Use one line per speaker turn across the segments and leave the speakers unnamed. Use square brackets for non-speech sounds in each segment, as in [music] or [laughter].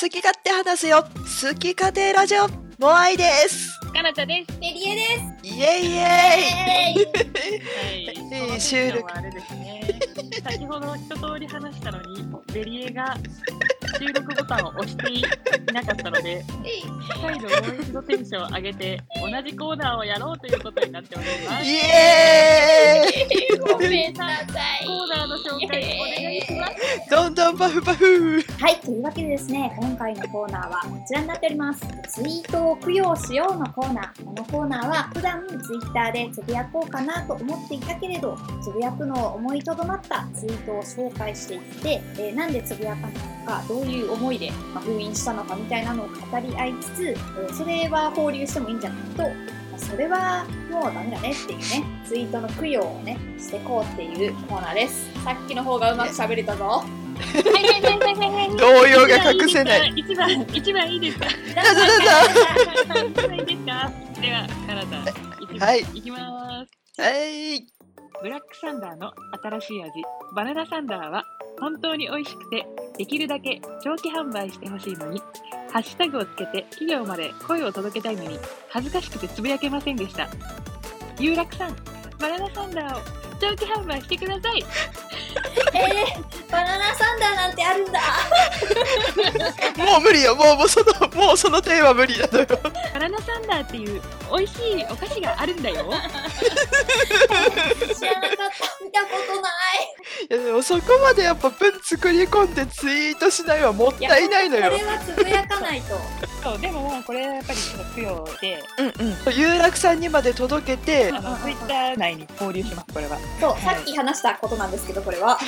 好き勝手話すよ好き家庭ラジオモアイです
かなちゃです。
メリエです。
イエイイエ
イエーイ
は
い
いこの
収録
テンションはあれですね。先ほど一通り話したのに、ベリエが収録ボタンを押していなかったので、再度もう一度テンションを上げて、同じコーナーをやろうということになっておりま
イイ
す。
エーイ
ごめんなさい。
コーナーの紹介お願いします。
どんどんパフパフ
はい、というわけでですね、今回のコーナーはこちらになっております。ツイートを供養しようのコーナー。このコーナーは普段ツイッターでつぶやこうかなと思っていたけれど、つぶやくのを思いとどまったツイートを紹介していって、えーなんでつぶやかなのか、どういう思いで、まあ封印したのかみたいなのを語り合いつつ、えーそれは放流してもいいんじゃないと、まあそれはもうダメだねっていうね、ツイートの供養をね、してこうっていうコーナーです。さっきの方がうまく喋れたぞ。
はいはいはいはいはいはい
動揺が隠せない。
一番一番いいですか。
だだだ
一番いいですか。はいはい一番いいですか。ではかなちゃん、行きま
はい
行きます。
だはい
ブラックサンダーの新しい味バナナサンダーは本当に美味しくてできるだけ長期販売してほしいのにハッシュタグをつけて企業まで声を届けたいのに恥ずかしくてつぶやけませんでした有楽さんバナナサンダーを長期販売してください
えー、バナナサンダーなんてあるんだ
もう無理よもうもうそのもうそのテーマ無理なのよ
バナナサンダーっていう美味しいお菓子があるんだよ
知らなかった見たことない
いやでもそこまでやっぱ文作り込んでツイートしないはもったいないのよ
これはつぶやかないと
そうでももうこれはやっぱりちょっと供養で
うんうん有楽さんにまで届けて
あの
Twitter 内に交流しますこれは
そうさっき話したことなんですけどこれ
[laughs]
は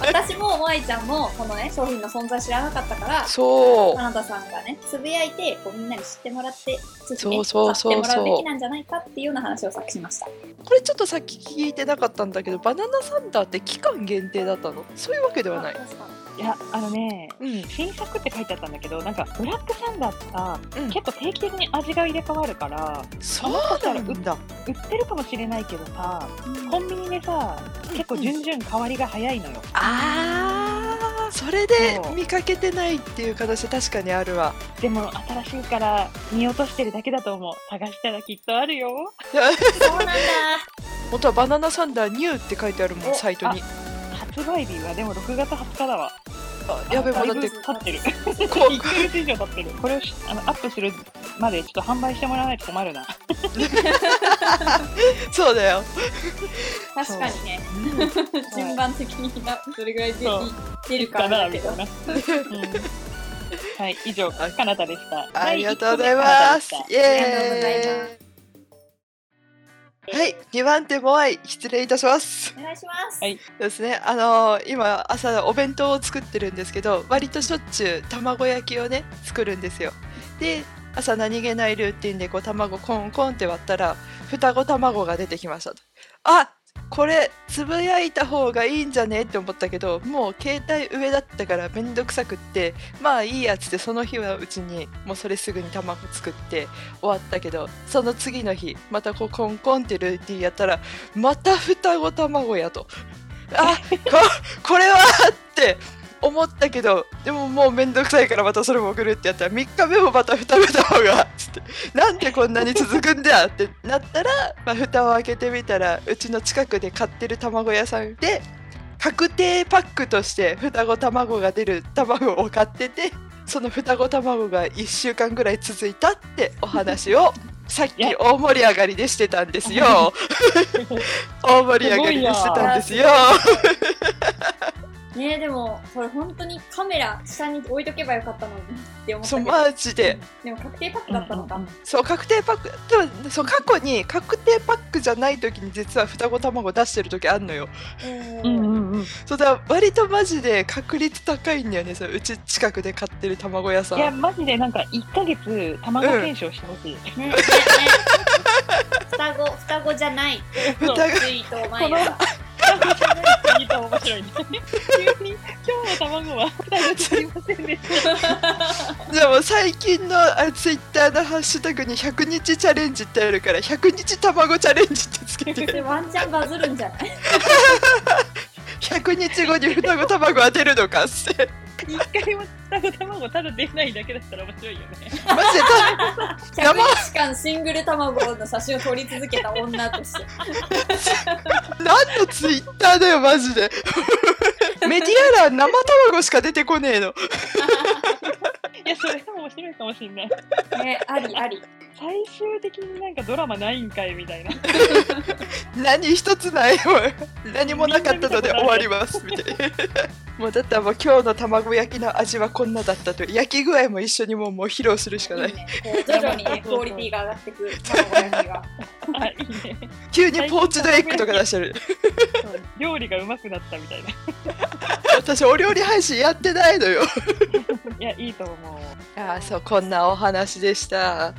私ももあいちゃんもこのね商品の存在知らなかったから
そう
カナダさんがねつぶやいてこうみんなに知ってもらってぜひね
そうそうそうそう
買ってもらうべきなんじゃないかっていうような話をさっきしました
これちょっとさっき聞いてなかったんだけどバナナサンダーって期間限定だったのそういうわけではない
確かに
いやあのね
うん
新作って書いてあったんだけどなんかブラックサンダーってさ、
うん
結構定期的に味が入れ替わるから
そうなんだ
売ってるかもしれないけどさコンビニでさ結構順々変わりが早いのよ、
あーそれで
そう
見かけてないっていう形確かにあるわ
でも新しいから見落としてるだけだと思う探したらきっとあるよ
そうなんだ
本当はバナナサンダーニューって書いてあるもん
お
サイトに
発売日はでも6月20日だわ
あやべもうだって
経ってる
こ
1ヶ月以上経ってるこれをしあのアップするまでちょっと販売してもらわないと困るな
[laughs] そうだよ
確かにね
[laughs]
順番的になどれぐらい出
そう
出るか
か
な
な
だけ
み
ど
たいな、うんはい以上
あ
かなたでした
ありがとうございます
はい一個目かなたでした
イエーイはい2番手もあい失礼いたします
お願いします
はい
そうですね、あのー今朝お弁当を作ってるんですけど割としょっちゅう卵焼きをね作るんですよで朝何気ないルーティンでこう卵コンコンって割ったら双子卵が出てきましたとあこれつぶやいた方がいいんじゃねって思ったけどもう携帯上だったからめんどくさくってまあいいやつってその日のうちにもうそれすぐに卵作って終わったけどその次の日またこうコンコンってルーティンやったらまた双子卵やとあここれはって思ったけどでももうめんどくさいからまたそれも送るってやったら3日目もまた蓋ぶた方がつってなんでこんなに続くんだってなったら、まあ、蓋を開けてみたらうちの近くで買ってる卵屋さんで確定パックとして双子卵が出る卵を買っててその双子卵が1週間ぐらい続いたってお話をさっき大盛り上がりでしてたんですよ。大盛り上がりでしてたんですよ。
[laughs] ねえでもこれ本当にカメラ下に置いとけばよかったのにって思った
そう
けど、
マジで
でも確定パックだったのか、
うん
そう確定パックでもそう過去に確定パックじゃない時に実は双子卵出してる時あんのよ
う
うんんうんうん
そうだから割とマジで確率高いんだよねそううち近くで買ってる卵 [laughs] 屋さ
いや
ん
マジでなんか1ヶ月卵検証してほしい、
ねねね双子双子じゃない
双子
ツイートを毎朝
いいと面白いね急に今日の卵は2人ですいませんでした
でも最近のあツイッターのハッシュタグに100日チャレンジってあるから100日卵チャレンジってつけ
[laughs]
そ
て
れワンチャンバズるんじゃない
100日後に双子卵当てるのかって
一回も双子卵ただ出ないだけだったら面白いよね。
マジで
100日間シングル卵の写真を撮り続けた女として
何のツイッターだよマジ [laughs] でメディア欄生卵しか出てこねえの
いや、それも面白いかもしれない。
ねありあり
最終的になんかドラマないんかいみたいな。
何一つないもう何もなかったので終わりますみたいなもうだったらもう今日の卵焼きの味はこんなだったと焼き具合も一緒にもうもう披露するしかない
いいねこう徐
[laughs]
々にねクオリティが上がってく卵焼きが
あ、いいね。
急にポーチドエッグとか出してる
そう料理がうまくなったみたいな。い
私お料理配信やってないのよ
や、いいと思う。
[laughs] ああそうこんなお話でした
あ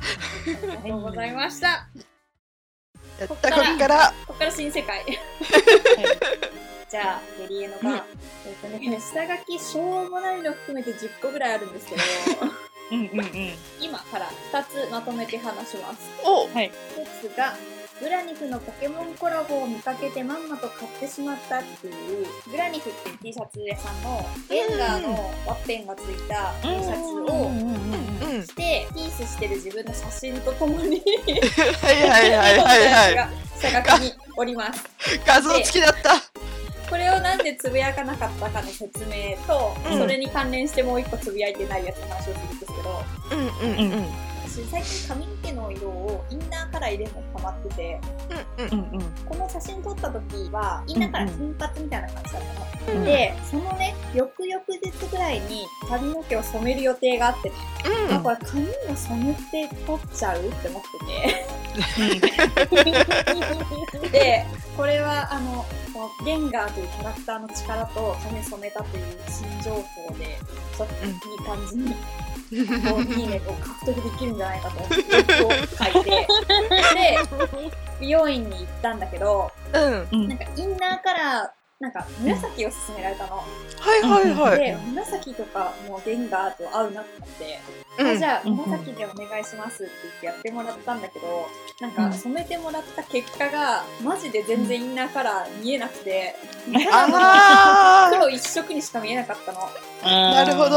りがとうございました
やったこっから
ここから新世界じゃあゲリエの番、
うん
えっとね下書きしょうもないの含めて10個ぐらいある
[laughs]
んですけど
うんうんうん。
今から2つまとめて話します
お
はい。
一つがグラニフのポケモンコラボを見かけてまんまと買ってしまったっていうグラニフっていう T シャツ屋さんのレンガーのワッペンがついた T シャ
う
ツを
んうんうんうん
うん
してピースしてる自分の写真とともに
はいはいはい [laughs] はいはい
い下書きにおります
画像付きだった
これをなんでつぶやかなかったかの説明と、
うん
それに関連してもう一個つぶやいてないやつの話をするんですけど
うんうんうんうん
私最近髪の毛の色をインナーから入れるのにハマってて
うん
うんうん。
この写真撮った時はインナーから金髪みたいな感じだったの、
うん
でそのね翌々日ぐらいに髪の毛を染める予定があって、
うん
なんか髪を染めて撮っちゃうって思ってて。 [laughs] でこれはあのこのレンガーというキャラクターの力と髪染めたという新情報でちょっといい感じに、
[laughs]
こういいねを獲得できるんじゃないかと思ってこう
[laughs]
書いてで美容院に行ったんだけど
うんうん
うん
なんかインナーからなんか紫を勧められたの、
はいはいはい
で紫とかもうレンガーと合うなと思って。
うん
あじゃあ
うんうん
紫でお願いしますって言ってやってもらったんだけどなん
うん
か染めてもらった結果がマジで全然インナーカラー見えなくて [laughs]
あー
黒一色にしか見えなかったの。
なるほど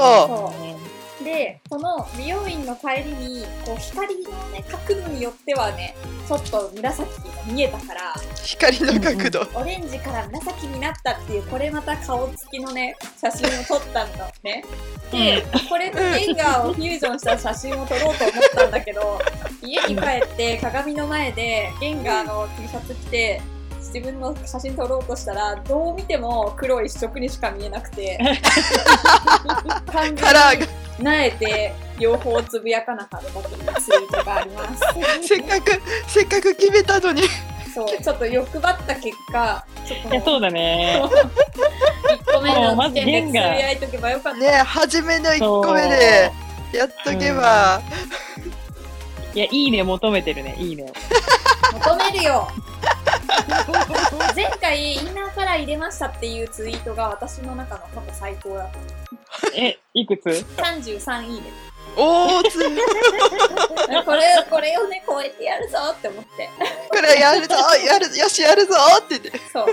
ど。
でその美容院の帰りにこう光のね角度によってはねちょっと紫が見えたから
光の角度
オレンジから紫になったっていうこれまた顔つきのね写真を撮ったんだね。でこれとレンガーをフュージョンした写真を撮ろうと思ったんだけ
[laughs]
ど家に帰って鏡の前でレンガーの T シャツ着て自分の写真撮ろうとしたらどう見ても黒一色にしか見えなく
[laughs]
て完
カラー
全になえて両方つぶやかなかったというツイートがあります。
[laughs]
がせっかくせっかく決めたのに
そうちょっと欲張った結果ちょっと
いや、そうだね。
1個目
もう
の
ま
時
ず弦
点でつぶ
が
やいとけばよかった。
ね初めの1個目でやっとけば
そう。いや、いいね求めてるね、いいねを。
求めるよ前回インナーカラー入れましたっていうツイートが私の中の過去最高だっ
え、いくつ
た33いいね
おおつい
[laughs] これこれをね超えてやるぞって思って
これやるぞやるよしやるぞって言って
そう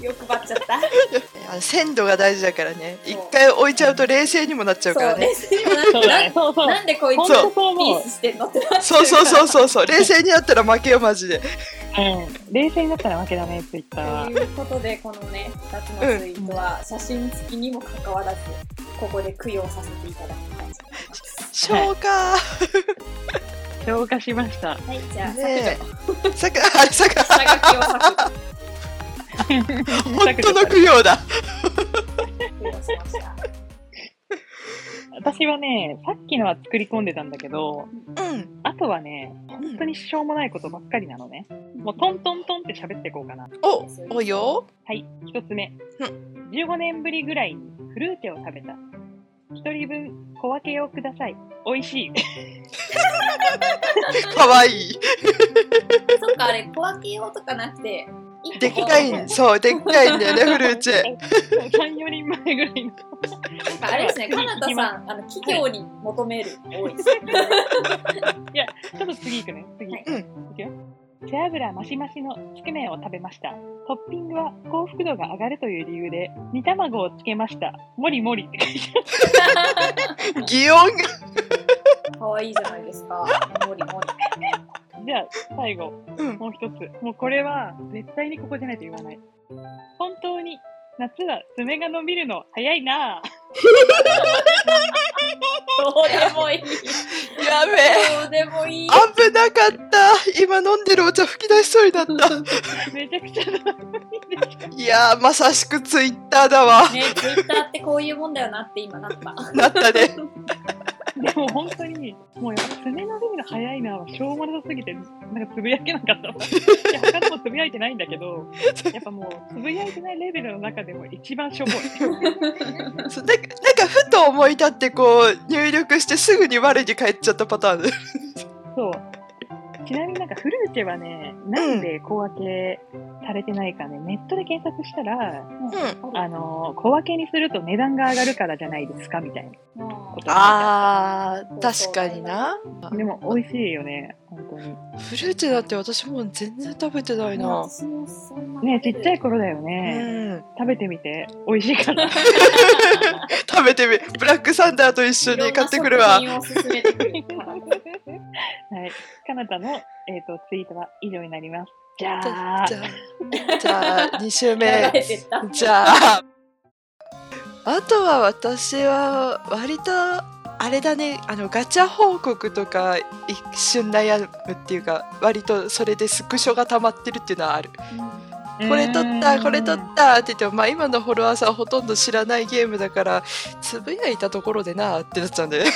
欲張っちゃった
あの鮮度が大事だからね
そう
一回置いちゃうと冷静にもなっちゃうから
そう
ね
別にも
そうだ
なん
ね。そうそ
か
う。
なんでこい
本
つ
当そう
ピ
思う
ー。スしてんのってなっ
そうそうそうそうそう冷静になったら負けよマジで
うん。冷静になったら負けだね、ツイッターは
と。いうことでこのね2つのツイートは写真付きにもかかわらずここで供養させていただきまし
[laughs]
た
消化
消化しました。
はいじゃあ削
ねえさくあれさ [laughs] く
除下書きを削除
本当の供養だ
供養しました
私はね、さっきのは作り込んでたんだけど、
うん
あとはね、本当にしょうもないことばっかりなのね。もうトントントンって喋っていこうかな。
おおよ
はい、一つ目。15年ぶりぐらいにフルーチェを食べた。一人分小分けをください。美味しい。
かわいい
そっかあれ小分け用とかなくて
でっかい
なん
んそうでっかいん
[laughs]
だよねフルーチェ。
3、4人前ぐらいの。 [laughs]
かあれです [laughs] ねかなた
行きま
さんあの企業に求める多いです
ちょっと次行くね。次。
はい
うん
いくよ。背脂マシマシのつけ麺を食べました。トッピングは幸福度が上がるという理由で、煮卵をつけました。もりもり。
擬音が
可愛いじゃないですか。もりもり。
じゃあ、最後、
うん
もう一つ。もうこれは、絶対にここじゃないと言わない。本当に、夏は爪が伸びるの早いな [laughs] ぁ。
どうでもいい。
やべえ
どうでもいい。
危なかった今飲んでるお茶吹き出しそうになった
めちゃくちゃ伸びる。
いやーまさしくツイッターだわ
ね、ツイッターってこういうもんだよなって今なった。
なったね
でも本当に、もうやっぱ爪伸びるの早いなぁはしょうもなさすぎて、なんかつぶやけなかったわ。いや、他でもつぶやいてないんだけど、やっぱもう、つぶやいてないレベルの中でも一番しょぼい。
[laughs] そうなんかなんかふと思い立ってこう入力してすぐに我に返っちゃったパターンで
そう。ちなみになんかフルーチェはね、なんで小分けされてないかね、ネットで検索したら、
ん
あの、小分けにすると値段が上がるからじゃないですかみたいなことが
あー
確かにな
でも美味しいよね、本当に。
フルーチェだって私もう全然食べてないな
私もそんな
ねちっちゃい頃だよ
う
ね。
ん
食べてみて、美味しい
[laughs]
から。 [laughs]
食べてみブラックサンダーと一緒に買ってくるわ
いろんな食品を勧めてくる
はい。かなたの、えっ、と、ツイートは以上になります。じゃあ
じ、ゃあじゃあ2週
[laughs] 流
目
れてった
じゃああとは私は割とあれだねあのガチャ報告とか一瞬悩むっていうか割とそれでスクショが溜まってるっていうのはあるこれ撮ったこれ撮ったって言っても、まあ、今のフォロワーさんほとんど知らないゲームだからつぶやいたところでなってなっちゃうんだよね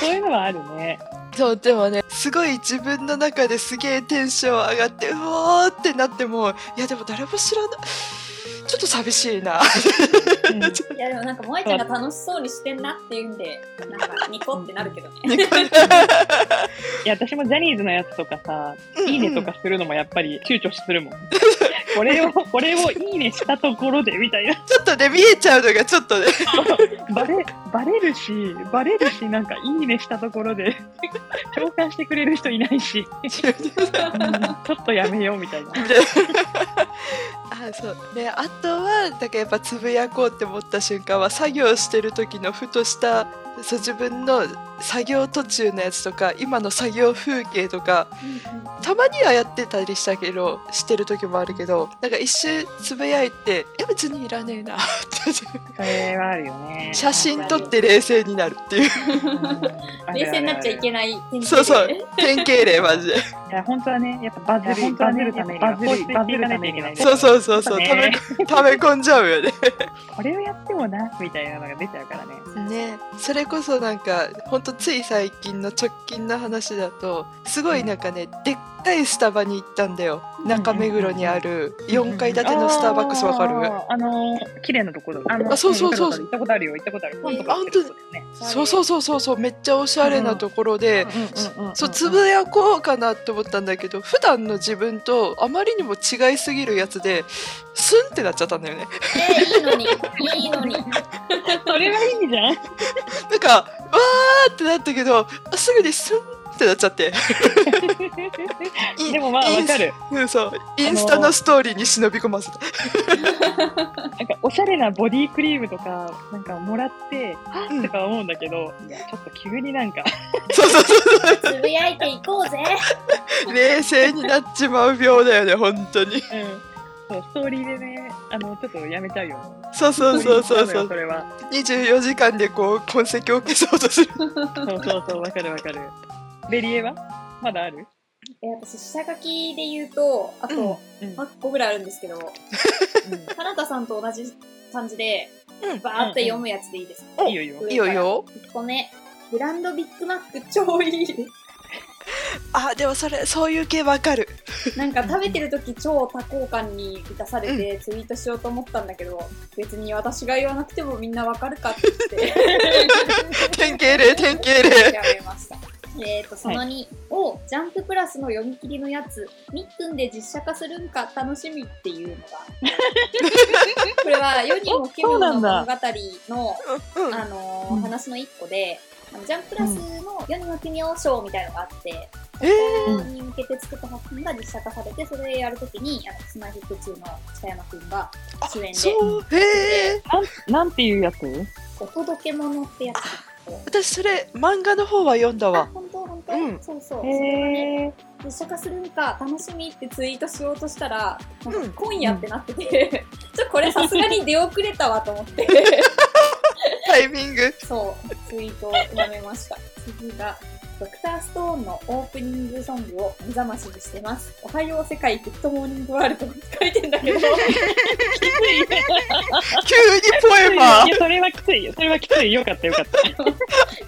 そういうのはあるね。
そうでもねすごい自分の中ですげえテンション上がってうおーってなってもいやでも誰も知らないちょっと寂しい [laughs] な [laughs]
うん
いやでもなんか萌えちゃんが楽しそうにしてんなっていうんでなんかニコってなるけどね
いや、私もジャニーズのやつとかさ、いいねとかするのもやっぱり躊躇す
[laughs]
るもん。これを、これをいいねしたところでみたいな。
ちょっとね見えちゃうのがちょっ [laughs] とね
バレ、バレるし、バレるし、なんかいいねしたところで、共感してくれる人いないし、うんちょっとやめようみたいな。
あそうね、あとはだからやっぱつぶやこうって思った瞬間は作業してる時のふとしたそう自分の作業途中のやつとか今の作業風景とかたまにはやってたりしたけどしてる時もあるけどなんか一瞬つぶやいていや別にいらねえなって
それはあるよね。
写真撮って冷静になるっていう
冷静になっちゃい
ない。
けない天気で
そう [laughs] そう
[laughs]
典型例マジで
いや、本当はね、やっぱバズ
いや
る、
本当はね
バズるために
や
は、
っぱバズる
こうしていかなきゃいけない。
そうそうそうそう
ね
ためため込んじゃうよね
これをやってもな、みたいなのが出ちゃうからね。
ねそれこそなんかほんとつい最近の直近の話だとすごいなんかね、でっかいスタバに行ったんだよ中目黒にある4階建てのスターバックスわかる、
あーあのー綺麗なところ。あの
あそうそうそう
行ったことあるよ、行ったことある。今度
あ本当にそうそうそうそうそうめっちゃおしゃれなところで、そうつぶやこうかなって思ったんだけど普段の自分とあまりにも違いすぎるやつでスンってなっちゃったんだよね
えーいいのにいいのに
それはいいじゃん。
なんかわーってなったけどすぐにスンってなっちゃって [laughs] い
でもまあわかる。
うんそうインスタのストーリーに忍び込ませた
なんかおしゃれなボディクリームとかなんかもらっては
うん
っとか思うんだけど、いやちょっと急になんか
そうそうそう
つぶやいていこうぜ
[laughs] 冷静になっちまう病だよね本当 [laughs] に
うんそうストーリーでねあのちょっとやめちゃうよ。
そうそうそうそうそ
わか
う
るよそ
24時間でこう痕跡を消そうとする
れはそうそうそうわかるわかる。ベリエはまだある？
え私下書きで言うとあと
うんうん
8個ぐらいあるんですけど花田さんと同じ感じで
うん
バーって読むやつでいいですか
お
いいよいいよ。
いいよいいよ
1個目ブランドビッグマック超いい
あでもそれそういう系わかる
なんか食べてる時超多幸感に満たされてツイートしようと思ったんだけど、別に私が言わなくてもみんなわかるかって言って
典型例典型例
やめましたえーとその2、をジャンププラスの読み切りのやつみっくんで実写化するんか楽しみっていう
[laughs]
のがこれは世にも奇妙な物語の
うんうん
あのー
うん
話の一個で、あのジャンプラスの世にも奇妙賞みたいのがあって、
ええ
うん
に向けて作った作品が実写化されて、それやるときに、あの、スマイル2の北山くんが、
あ
主演で
そうええ
なんていうやつ
お届け物ってやつなんですけど
私それ漫画の方は読んだ
あ
わ
本当本当、
うん
そうそう。それが
へ
ね、
え。
実写化するんか楽しみってツイートしようとしたら、なんか
うん
今夜ってなってて、 [laughs] ちょこれさすがに出遅れたわと思って、
タイミング
そう、ツイートをやめました。次が、ドクターストーンのオープニングソングを目覚ましにしてます。おはよう世界グッドモーニングワールドって書いてん
[laughs]
だけど、
急にポエマ
いや、それはきついよ。それはきつい。よかったよかっ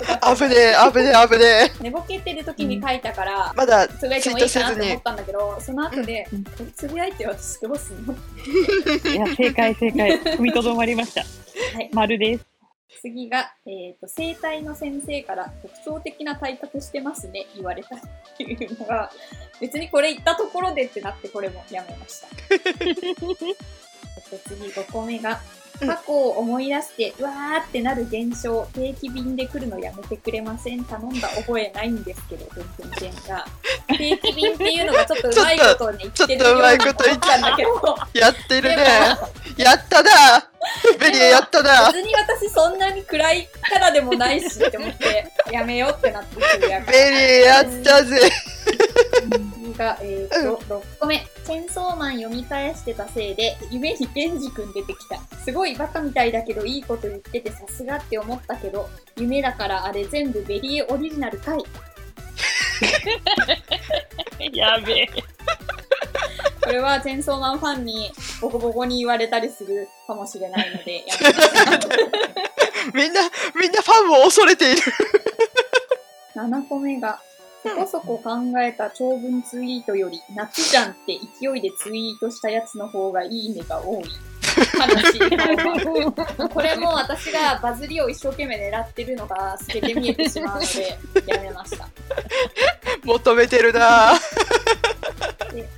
た。
ー危ねえ危ねえ危ねえ
寝ぼけてる時に書いたから、
まだ
つぶやいてもいいかなって思ったんだけど、その後で、
うん
これつぶやいて私どうすんの
いや、正解正解。踏みとどまりました。
はい
丸です。
次が、えっ、と、生体の先生から特徴的な体格してますね、言われたっていうのが、別にこれ言ったところでってなって、これもやめました。 [laughs] そして次、5個目が、
うん
過去を思い出して、うわーってなる現象、定期便で来るのやめてくれません頼んだ覚えないんですけど、全然 [laughs] が。定期便っていうのがちょっとうまいことをね、言ってるようなこと言ったんだけど、
やってるね
で
やったなベリーやったな
別に私そんなに暗いからでもないしって思ってやめようってなってつぶやく
ベリーやったぜ
次が、えー、と6個目「チェンソーマン」読み返してたせいで夢にケンジ君出てきたすごいバカみたいだけどいいこと言っててさすがって思ったけど夢だからあれ全部ベリーオリジナルかい
や [laughs] べえ。
これはチェンソーマンファンにボコボコに言われたりするかもしれないのでやめました
みんなみんなファンを恐れている
7個目が、そこそこ考えた長文ツイートより、夏じゃんって勢いでツイートしたやつの方がいいねが多い。悲しい。これも私がバズりを一生懸命狙ってるのが透けて見えてしまうので、やめました。
求めてるな
では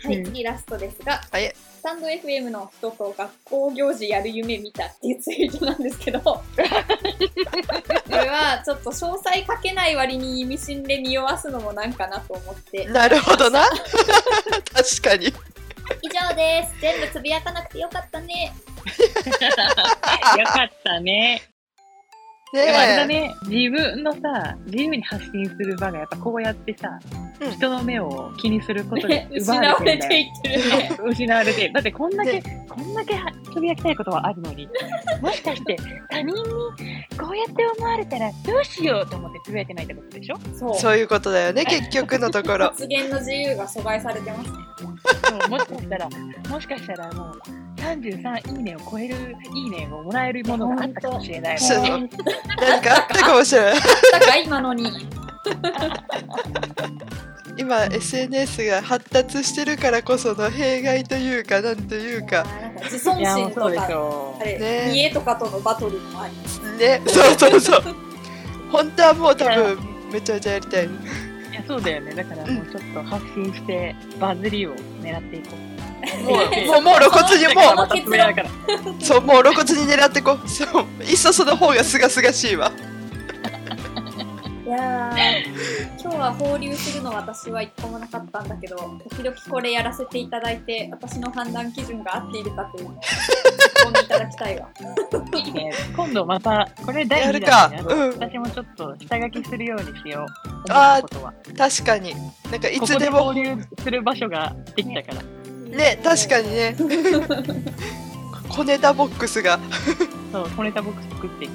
う
い、
ん
次ラストですが、
はい
スタンド FM の人と学校行事やる夢見たっていうツイートなんですけど、これはちょっと詳細書けない割に意味深で匂わすのもなんかなと思って、
[laughs] なるほど [laughs] な確かに
以上です。全部つぶやかなくてよかった
[laughs]
ね。
よかったね。でもあれだ
ね
ね、自分のさ、自由に発信する場がやっぱこうやってさ、
うん
人の目を気にすることで
ね失
奪わ
わ
れて
れ
んだ
て
よ。
いってるね。
失われてるだってこんだけ、こんだけはつぶやきたいことはあるのに、もしかして他人にこうやって思われたらどうしようと思ってつぶやけないってことでしょ
そう。
そういうことだよね結局のところ
発言の自由が阻害されてますね。
そうもしかしたら、もしかしたらもう33いいねを超えるいいねをもらえるものがあったかもしれないもん
そう
ね。
何かあったかもしれない
だから今のに。
今 SNS が発達してるからこその弊害というかなんというか
なんか自尊
いや、も
心
うそう
と
でし
か、
ょ
あ。れ、
ね
見栄とかとのバトルもあり。
ねそうそうそう [laughs] 本当はもう多分めちゃめちゃやりたい
いや、そうだよね。だからもうちょっと発信して、バズりを狙っていこう。 [laughs]
もう
ってい
もうもう露骨に
だ [laughs] から
も
またつぶやくから。
うそうもう露骨に狙ってこうそういっそその方がすがすがしいわ
いやー、今日は放流するの私は一個もなかったんだけど、時々これやらせていただいて、私の判断基準が合っているかというのを、ごんでいただきたいわ。
いいね今度また、これ第
や
2
る
弾
か
にな
う
る
ん
私もちょっと下書きするようにしよう。
あー
思ったことは
確かになんかい
こ
つ
こで
で
交
も
流する場所ができたから。
[laughs] ね確かに
[laughs]
ね小ネタボックスが
そう、小ネタボックス作っていこ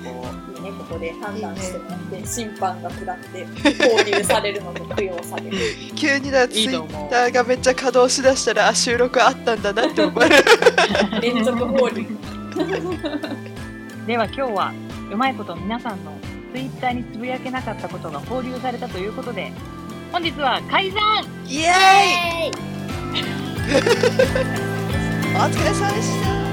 う。
いいね、ここで判断してもらって、審判が下って、交流されるのと供養される。
急にだツ
い
イ
いと
ッ
思う
タ。ーがめっちゃ稼働しだしたらあ収録あったんだなって [laughs]
[laughs]
思える
連続交流。
では今日はうまいこと皆さんのツイッターにつぶやけなかったことが放流されたということで本日は解散
イエーイお疲れ様でした